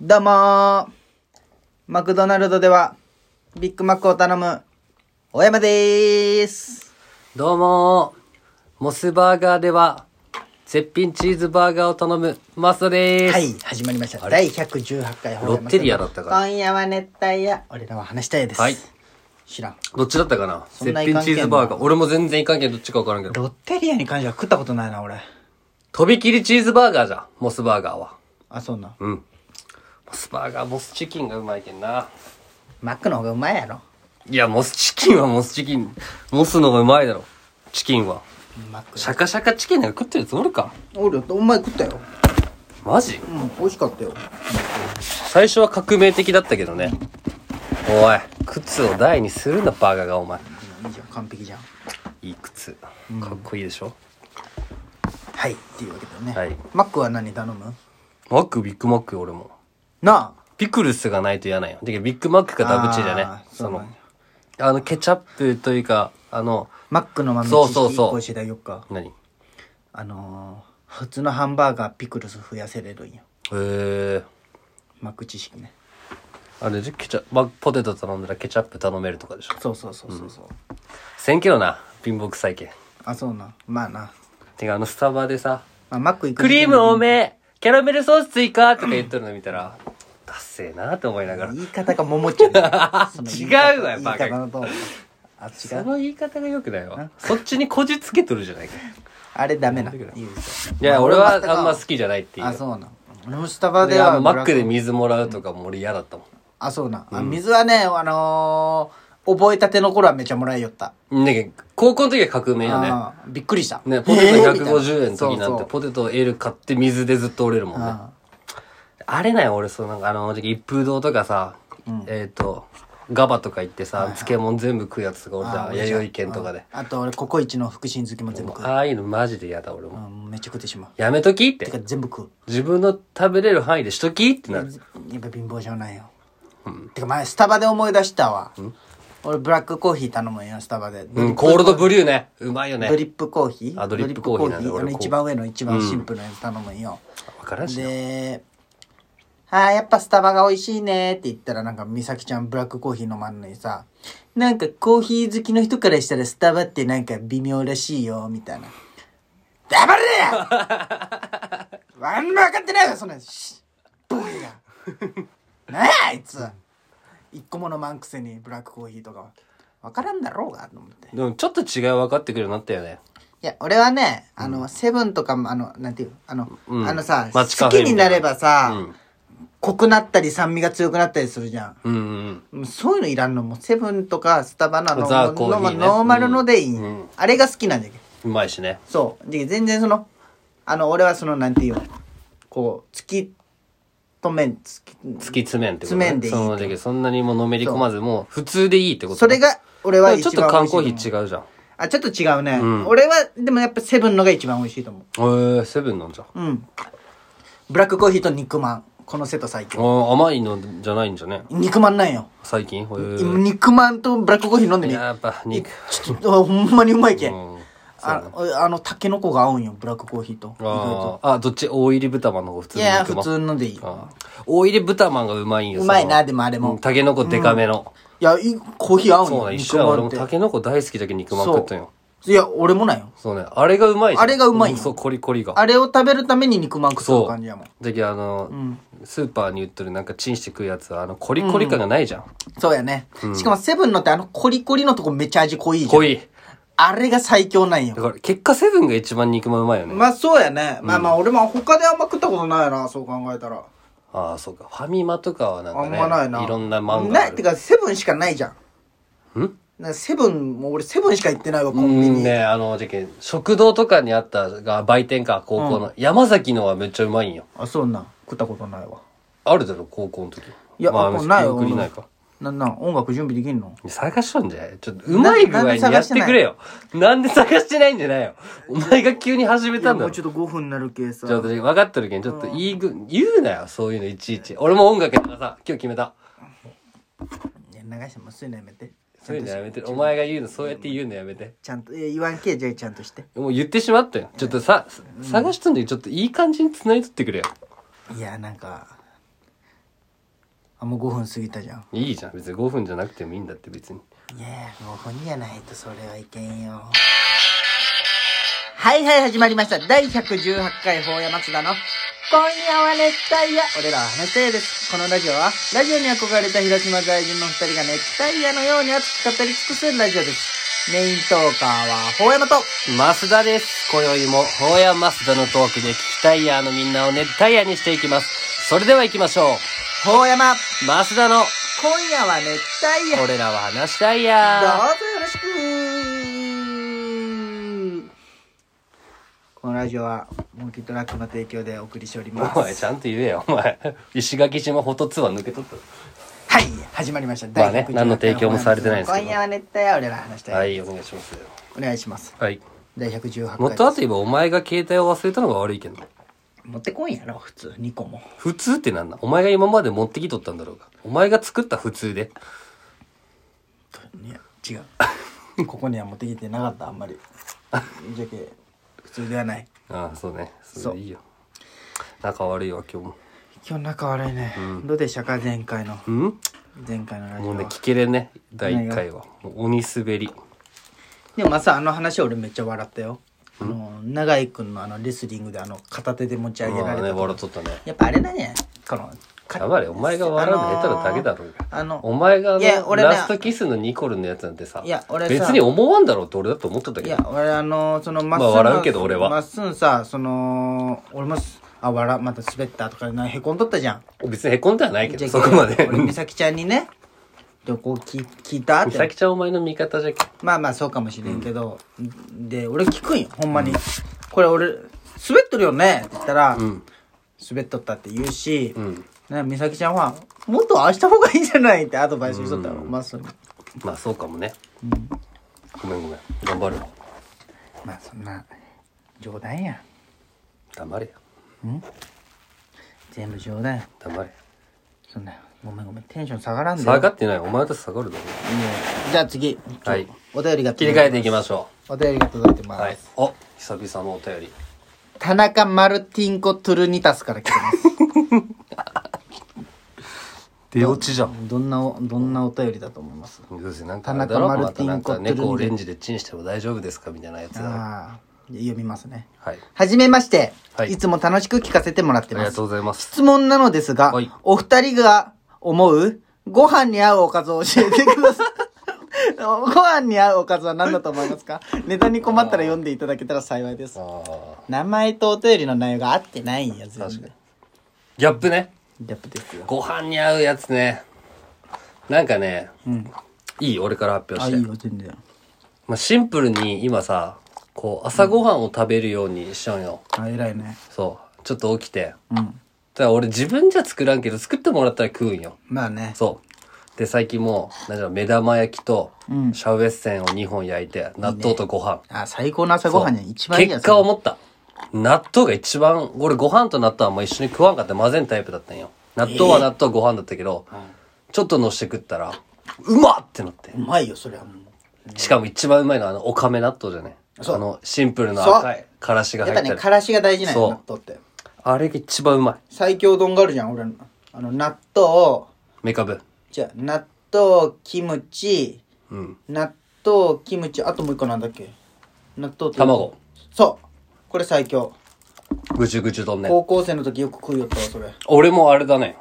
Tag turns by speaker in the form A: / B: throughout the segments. A: どうもーマクドナルドでは、ビッグマックを頼む、大山でーす
B: どうもーモスバーガーでは、絶品チーズバーガーを頼む、マスタでーす。
A: はい、始まりました。
B: あれ
A: 第118回
B: ロッテリアだったから
A: 今夜は熱帯夜。俺らは話したいです。
B: はい
A: 知らん。
B: どっちだったかな
A: そん
B: 絶
A: な
B: 品チーズバーガー。俺も全然いかんけんどっちかわからんけど。
A: ロッテリアに関しては食ったことないな、俺。
B: とびきりチーズバーガーじゃん。モスバーガーは。
A: あ、そうな。
B: うん。モスバーガー、モスチキンがうまいけんな。
A: マックの方がうまいやろ。
B: いや、モスチキンはモスチキン。モスの方がうまいだろ。チキンは。
A: マック。
B: シャカシャカチキンなんか食ってるつもりか。
A: 俺、お前食ったよ。
B: マジ
A: うん、美味しかったよ。
B: 最初は革命的だったけどね。おい、靴を台にするな、バーガーがお前。
A: いいじゃん、完璧じゃん。
B: いい靴。かっこいいでしょ、
A: はい、っていうわけだよね。
B: はい
A: マックは何頼む
B: マック、ビッグマックよ俺も。
A: なあ
B: ピクルスがないと嫌なんよ。だけどビッグマックかダブチーだね
A: あ。ー
B: そ
A: そう
B: の
A: なんや、
B: あの、ケチャップというか、あの、
A: マックの豆知
B: そう
A: 識
B: そうそう
A: 1個教えてあげよっか。
B: 何へ
A: あのー、普通のハンバーガーピクルス増やせれるんよ。
B: え。
A: マック知識ね。
B: あれでケチャマックポテト頼んだらケチャップ頼めるとかでしょ。
A: そうそうそうそうそう。
B: 1000キロな、貧乏臭いけん。
A: あ、そうな。まあな。
B: てかあのスタバでさ、
A: まあ、マック行く
B: ク
A: 時
B: リ
A: 点
B: ー
A: で
B: ム多めキャラメルソース追加とか言っとるの見たら、ダッセーなと思いながら。
A: 言い方がももちゃんだその言い方
B: 違うわよバ
A: 言
B: カ
A: い方だと思うあ、違。
B: そうの言い方が良くないわ。そっちにこじつけとるじ ゃないか。
A: あれダメな。
B: だけど
A: 言う
B: いや、俺は
A: 全く
B: あんま好きじゃないっていう。
A: あ、そうな。俺もスタバ
B: で
A: で
B: あ
A: は
B: のマックで
A: ブラック
B: 水もらうとかも俺嫌だったも
A: あ、そうな。あ水はね、あのー、覚えたての頃はめちゃもらいよった。
B: ん。ね高校の時は革命よね。
A: あーびっくりした。
B: ね、ポテ
A: えー
B: ト
A: みたいな
B: 150円の時
A: そ
B: な
A: うんそ
B: て、
A: う
B: ポテト L 買って水でずっと折れるもんね。
A: あ
B: あれない俺、そうなんかあの時、一風堂とかさ、えっと、ガバとか行ってさ、漬物全部食うやつとか俺
A: あ
B: さ、
A: ー
B: 弥生県とかで。
A: ああと俺ココイチの福神漬けも全部食う
B: ああいうのマジで嫌だ俺
A: う
B: も。
A: んもうめっちゃ食ってしまう
B: やめときって
A: か
B: て。
A: 全部食う
B: 自分の食べれる範囲でしときってなる。
A: やっぱ貧乏症なんよ、てか前スタバで思い出したわ、俺ブラックコーヒー頼むんよスタバで、
B: うん、コールドブリューね。うまいよね。
A: ドリップコーヒー
B: あドリップコーヒーな
A: ド
B: んだ
A: リップコーヒーあの
B: 俺こう
A: 一番上の一番シンプルなやつ頼むんよ、
B: わからんしな。
A: で「あーやっぱスタバが美味しいね」って言ったらなんか美咲ちゃんブラックコーヒー飲まんのにさなんかコーヒー好きの人からしたらスタバってなんか微妙らしいよみたいな「黙れやあんま分かってないわそんなしボーイがなんやあいつ一個も飲まんくせにブラックコーヒーとかは分からんだろうがと思ってい
B: でもちょっと違い分かってくるようになったよね。
A: や俺はねあの、セブンとかもあのなんていうあの、
B: うん
A: あのさ好
B: 街カフ
A: き
B: ェみたい
A: に
B: な
A: なればさ、
B: うん。
A: 濃くなったり酸味が強くなったりするじゃん
B: うんうん。
A: もうそういうのいらんのもうセブンとかスタバなの
B: ザコーヒーね
A: のノーマルのでいい、
B: うん
A: あれが好きなんだけど
B: うまいしね。
A: そうで全然そのあの俺はそのなんていうのこう突き止めん突き
B: 突き詰めんってこと、
A: 詰めんでいいって
B: そのだけどそんなにもうのめり込まず、もう普通でいいってこと
A: それが俺は一
B: ちょ
A: 番
B: っと缶コー
A: 美
B: ヒ
A: 味しいと思う
B: ー違うじゃん。へ
A: あちょっと違うね、
B: うん
A: 俺はでもやっぱセブンのが一番美味しいと思
B: えー、セブンなんじゃん。
A: ううんブラックコーヒーと肉まんこのセット最
B: あ
A: 強
B: ー甘いのじゃないんじゃね。
A: 肉まんなんよ、
B: 最近へー
A: 肉まんとブラックコーヒー飲んでみ
B: やっぱ肉。
A: ちょっとほんまにうまいけ、
B: うん。
A: ああの、タケノコが合うんよ、ブラックコーヒーと。
B: あーあ、どっち大入り豚まんの方普通
A: い
B: の
A: や、
B: 肉
A: 普
B: まん。
A: 通のでいい。
B: あー大入り豚まんがうまいんよ。
A: うまいな、
B: その
A: でもあれも。
B: うんタケノコデカめの。
A: いや、いいコーヒー合うん
B: そう
A: よ、
B: ね、一
A: 肉
B: 緒や。
A: ま
B: 俺
A: んっ
B: も
A: て。
B: タケノコ大好きだけど肉まん食ったんよ。
A: いや、俺もなんよ。
B: そうね、あれがうまいじゃん
A: あれがうまいよ
B: そう、コリコリが。
A: あれを食べるために肉まん食った感じやもん。
B: だけどあの、スーパーに売ってるなんかチンして食うやつはあのコリコリ感がないじゃん、
A: そうやね。しかも、セブンのってあのコリコリのとこめっちゃ味濃いじゃん。
B: 濃い
A: あれが最強なんよ
B: だ。から結果セブンが一番肉まんうまいよね、
A: まあ、そうやね。まあまあ、俺も他であんま食ったことないな、そう考えたら。
B: ああそうかファミマとかはなん
A: あ
B: か
A: ん
B: ね
A: まないな。
B: ろんなマンが
A: な
B: あ
A: い、て
B: る
A: か、セブンしかないじゃん。
B: ん
A: なんかセブン、もう俺セブンしか行ってないわ、コ
B: う
A: ンビ
B: ん
A: ニ。
B: ねあのじゃけん食堂とかにあったが売店か高校の、山崎のはめっちゃうまいんよ
A: あ、そうなん。食ったことないわ。よ
B: あるだろ高校の時
A: いや、
B: ま
A: あ、こんないよ。
B: 記憶にないか
A: なんなん、音楽準備できんの
B: 探しとんじゃないちょっとうまい具合にやってくれよなんで探してないんじゃないよお前が急に始めたんだ
A: も
B: ろ
A: うちょっと5分になるけさ
B: ち。ょっと分かってるけん、ちょっと言いぐ、言うなよ、そういうのいちいち。俺も音楽やからさ、今日決めた。
A: いや流してもすいのやめて。
B: そういうのやめて。お前が言うの、そうやって言うのやめて。
A: ちゃんと、え、言わんけ、じゃあちゃんとして。
B: もう言ってしまったよ。ちょっとさ、探しとんだけど、ちょっといい感じに繋いとってくれよ。
A: いや、なんか、あもう5分過ぎたじゃん
B: いいじゃん別に5分じゃなくてもいいんだって別に
A: いやーもう本じゃないとそれはいけんよはいはい始まりました第118回法山津田の今夜は熱帯夜俺らは熱帯夜ですこのラジオはラジオに憧れた広島在住の二人が熱帯夜のように熱く語り尽くすラジオですメイントーカーは法山と
B: 増田です今宵も法や増田のトークで聞きたいやーのみんなを熱帯夜にしていきますそれでは行きましょう
A: 法山
B: 増田の
A: 今夜は熱帯夜どう
B: 俺らは話したいや
A: ぞよろしくこのラジオはモンキートラックの提供でお送りしておりま
B: ーお前
A: す
B: ちゃんと言えよお前石垣島ホトツは抜けとった
A: はい始まりました
B: まあね
A: 第118
B: 何の提供もされてないんですけど
A: 今夜は熱帯夜俺ら話したい、
B: はいお願いします
A: お願いします
B: はい
A: 第118回
B: もっとあと言えばお前が携帯を忘れたのが悪いけど
A: 持ってこんやろ普通2個も
B: 普通ってなんだお前が今まで持ってきとったんだろうがお前が作った普通で
A: いや 違うここには持ってきてなかったあんまりじゃけ普通ではない
B: ああそうねそれでいいよ仲悪いわ今日も
A: 今日仲悪いね、どうでしたか前回の
B: うん
A: 前回のラジオ
B: も
A: は
B: うね聞けれんね第1回はもう鬼滑り
A: でもまあさあの話俺めっちゃ笑ったよあの永井君のあのレスリングであの片手で持ち
B: あ
A: 上げられ
B: あ
A: た
B: ね
A: とこ
B: 笑っとったね
A: やっぱあれだねこのか
B: 黙れお前が笑うの下手なだけだろうが
A: あの
B: お前があ
A: いや
B: の
A: 俺ね
B: ラストキスのニコルのやつなんてさ
A: いや俺さ
B: 別に思わんだろうって俺だと思っとった
A: い
B: けど
A: や俺あのそのまっす
B: ま
A: ん
B: あ笑うけど俺は
A: まっすんさその俺もすあ笑また滑ったとかなへこんどったじゃん
B: 別にへこんではないけ
A: じ
B: ど
A: ゃ
B: そこまで
A: 俺美咲ちゃんにねどこ聞聞いたっ
B: 美咲
A: て
B: ちゃんお前の味方じゃけ
A: まあまあそうかもしれんけど、で俺聞くんよほんまに、これ俺滑っとるよねって言ったら、
B: うん
A: 滑っとったって言うし、
B: うん
A: ね、美咲ちゃんは、もっとああした方がいいんじゃないってアドバイスしとったの、まあそ、
B: まあそうかもねごめんごめん頑張るわ
A: まあそんな、冗談や。
B: 黙れよ
A: 全部冗談や。
B: 黙れ
A: そんな、ごめんごめん、テンション下がらんで。
B: 下が
A: っ
B: ってないお前と下がるだろ
A: じゃあ次、
B: はい
A: お便りが
B: 切り替えていきましょ
A: お便りが届いてま
B: う
A: す。
B: はいお久々のお便り
A: 田中マルティンコ・トゥルニタスから来てます。
B: 出落ちじゃ
A: どんなお、どんなお便りだと思います
B: どうせなんか
A: 田
B: あれ
A: 中
B: だろ
A: マル
B: ま
A: テ
B: た
A: ィン
B: なん
A: コ
B: か
A: ットル
B: 猫を
A: リ
B: レンジでチンしても大丈夫ですかみたいなやつだろ
A: ああ、読みますね。
B: はい
A: はじめまして、
B: はい
A: いつも楽しく聞かせてもらっ
B: あ
A: て
B: り
A: ま
B: が
A: す
B: と。うございます
A: 質問なのですが、
B: はい
A: お二人が思うご飯に合うおかずを教えてください。 ご飯に合うおかずは何だと思いますかネタに困ったら読んでいただけたら幸いです。
B: ああ
A: 名前とお便りの内容が合ってないんや、全
B: 確か
A: 部
B: に。ギャップね
A: ギャップですよ。
B: ご飯に合うやつねなんかね、いい俺から発表
A: あ、
B: し
A: い
B: て
A: いよ、全然。
B: まあ、シンプルに今さこう朝ごはんを食べるようにしちゃうんよ、
A: あ、偉いね。
B: そうちょっと起きて
A: うん。
B: ただ俺自分じゃ作らんけど作ってもらったら食うんよ
A: まあね。
B: そうで最近もうなんだろう目玉焼きと
A: うん
B: シャウエッセンを2本焼いて納豆とご飯
A: あ、最高の朝ごはんには一番いいや
B: 結果思った納豆が一番俺ご飯と納豆はあんま一緒に食わんかって混ぜんタイプだったんよ納豆は納豆ご飯だったけど、ちょっと乗して食ったらうまっってなって
A: うまいよ、それはもう。
B: しかも一番うまいのはあのおかめ納豆じゃね
A: そう
B: あのシンプルな
A: そう
B: 赤いからしが
A: やっぱ
B: 入って
A: ね、
B: る、
A: からしが大事なんや、
B: そう
A: 納豆って。
B: あれが一番うまい
A: 最強丼があるじゃん、俺の。あの、納豆、
B: メカブ
A: じゃあ納豆キムチ
B: うん
A: 納豆キムチあともう一個なんだっけ納豆と
B: 卵
A: そうこれ最強、
B: ぐちゅぐちゅ丼ね
A: 高校生の時よく食いよったわそれは
B: 俺もあれだね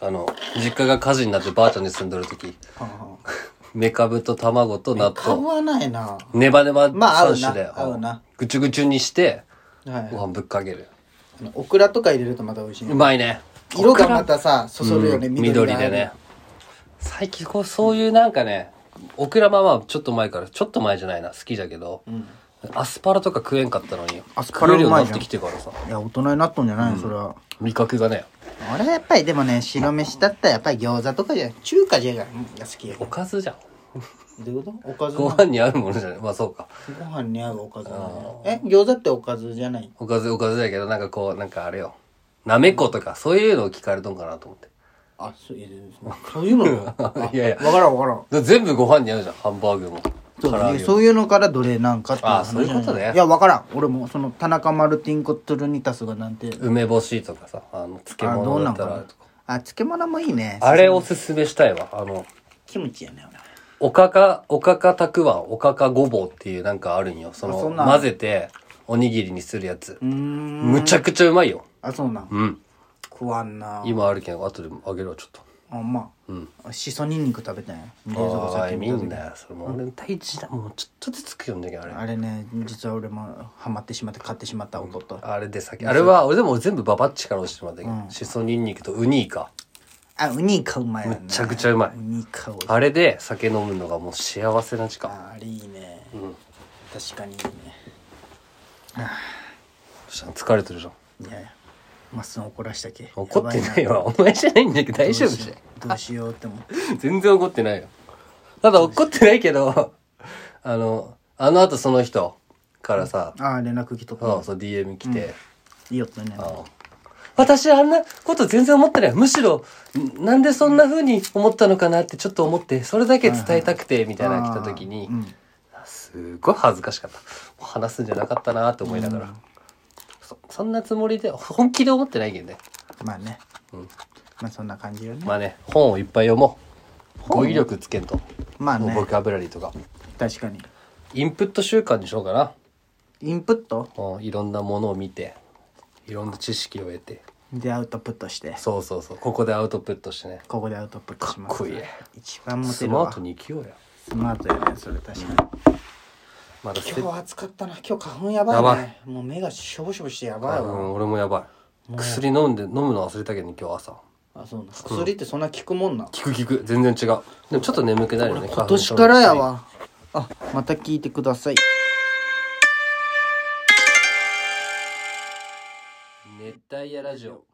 B: あの実家が火事になってばあちゃんに住んどる時
A: あはあ
B: メカブと卵と納
A: かぶ
B: 豆
A: はないな
B: ネバネバ
A: まあ合うな
B: 3種で、
A: 合うな
B: ぐちゅぐちゅにして
A: はい
B: ご飯ぶっかける、
A: あのオクラとか入れるとまた美味しいう
B: まいね
A: 色がまたさそそるよね、
B: うん
A: 緑
B: 緑
A: が
B: でね最近こうそういうなんかねオクラママちょっと前からちょっと前じゃないな好きじゃけど、アスパラとか食えんかったのに
A: アスパラ
B: 食えるよ
A: う
B: うに
A: ま
B: ないっ
A: じゃん
B: てきてからさ
A: いや大人になっとんじゃないの、それは
B: 味覚がね
A: 俺はやっぱりでもね白飯だったらやっぱり餃子とかじゃ中華じゃが好きや
B: おかずじゃん
A: どういうことおかずな
B: ご飯に合うものじゃないまあそうか
A: ご飯に合うおかずなのえ餃子っておかずじゃない
B: おかずおかずだけどなんかこうなんかあれよなめことかそういうのを聞かれとんかなと思って
A: あ、そういやそういうのあ
B: いやいや
A: わからんわからん。
B: だ全部ご飯に合うじゃんハンバーグも
A: そう
B: 唐揚
A: ね
B: げも
A: そういうのからどれなんかって
B: あそういうことね
A: いや、わからん。俺も、その、田中マルティンコ・トゥルニタスがなんて、
B: 梅干しとかさあの漬
A: あど
B: 物
A: うな
B: だっ
A: ん
B: た
A: からな
B: とか。
A: あ、漬物もいいね。
B: あれおすすめしたいわ。あの、
A: キムチやね。
B: おかか、おかかたくわん、おかかごぼうっていうなんかあるんよ。そ
A: あ
B: の、
A: そんなん
B: 混ぜて、おにぎりにするやつ。
A: 俺うーん。
B: むちゃくちゃうまいよ。
A: あ、そうなん。
B: うん。
A: 食わんな。
B: 今あるけん、後であげるわ、ちょっと。
A: あ、まあ。
B: うん。
A: しそにんにく食べたんや。冷蔵庫
B: あ
A: さっ
B: あ、
A: き
B: い
A: 見
B: い
A: た
B: ん
A: 時
B: だよ。それもう俺、大事だ。もうちょっとずつ食うんだけど、あれ。
A: あれね、実は俺もハマってしまって買ってしまった弟。と
B: あれで先。あれは、俺でも俺全部ババッチから教えてもらったけ
A: うん
B: ど、しそにんにくとウニイカ。
A: あ、ウニイカうまいよね。
B: むちゃくちゃうまい
A: ウニイカ美味しい。
B: あれで酒飲むのがもう幸せな時間。
A: ああれいいね。
B: うん。
A: 確かにいいね。
B: そしたら疲れてるじゃん。
A: いやいや、まっすぐ怒らしたけ。
B: 怒って
A: やば
B: ないわ。お前じゃないんだけど大丈夫じゃん。
A: どうしようって思って。
B: 全然怒ってないよ。ただ怒ってないけど、あの、あの後その人からさ、
A: ああ、連絡来とった
B: そうそう DM 来て、
A: いいよってね。
B: あの私あんなこと全然思ってない。むしろ、んなんでそんな風に思ったのかなってちょっと思って、それだけ伝えたくて、みたいなの来た時に
A: う、ん。
B: すごい恥ずかしかった。もう話すんじゃなかったなって思いながら。そそんなつもりで、本気で思ってないけどね。
A: まあね。
B: ん
A: まあそんな感じよね。
B: まあね、本をいっぱい読もう。語彙力つけんと。
A: まあね
B: ボキャブラリーとか。
A: 確かに。
B: インプット習慣にしようかな。
A: インプット
B: うんいろんなものを見て、いろんな知識を得て。
A: でアウトプットして、
B: そうそうそう。ここでアウトプットしてね。
A: ここでアウトプットします。
B: かっこいい
A: 一番モテ
B: ス
A: る
B: マ
A: わ
B: ート。に生きようや。
A: スマートやね、それ確かに。
B: まだ捨て
A: 今日暑かったな。今日花粉やばいね。
B: やばい
A: もう目がしょぼしょぼしてやば
B: う
A: いわ。
B: ん、俺もやばい。薬飲んで、飲むの忘れたけどね、今日朝。
A: あ、そうな。薬ってそんな効くもんな。
B: 効く効く。全然違う。でもちょっと眠くなるよね。
A: 今年からやわ。あ、また聞いてください。
B: 熱帯夜ラジオ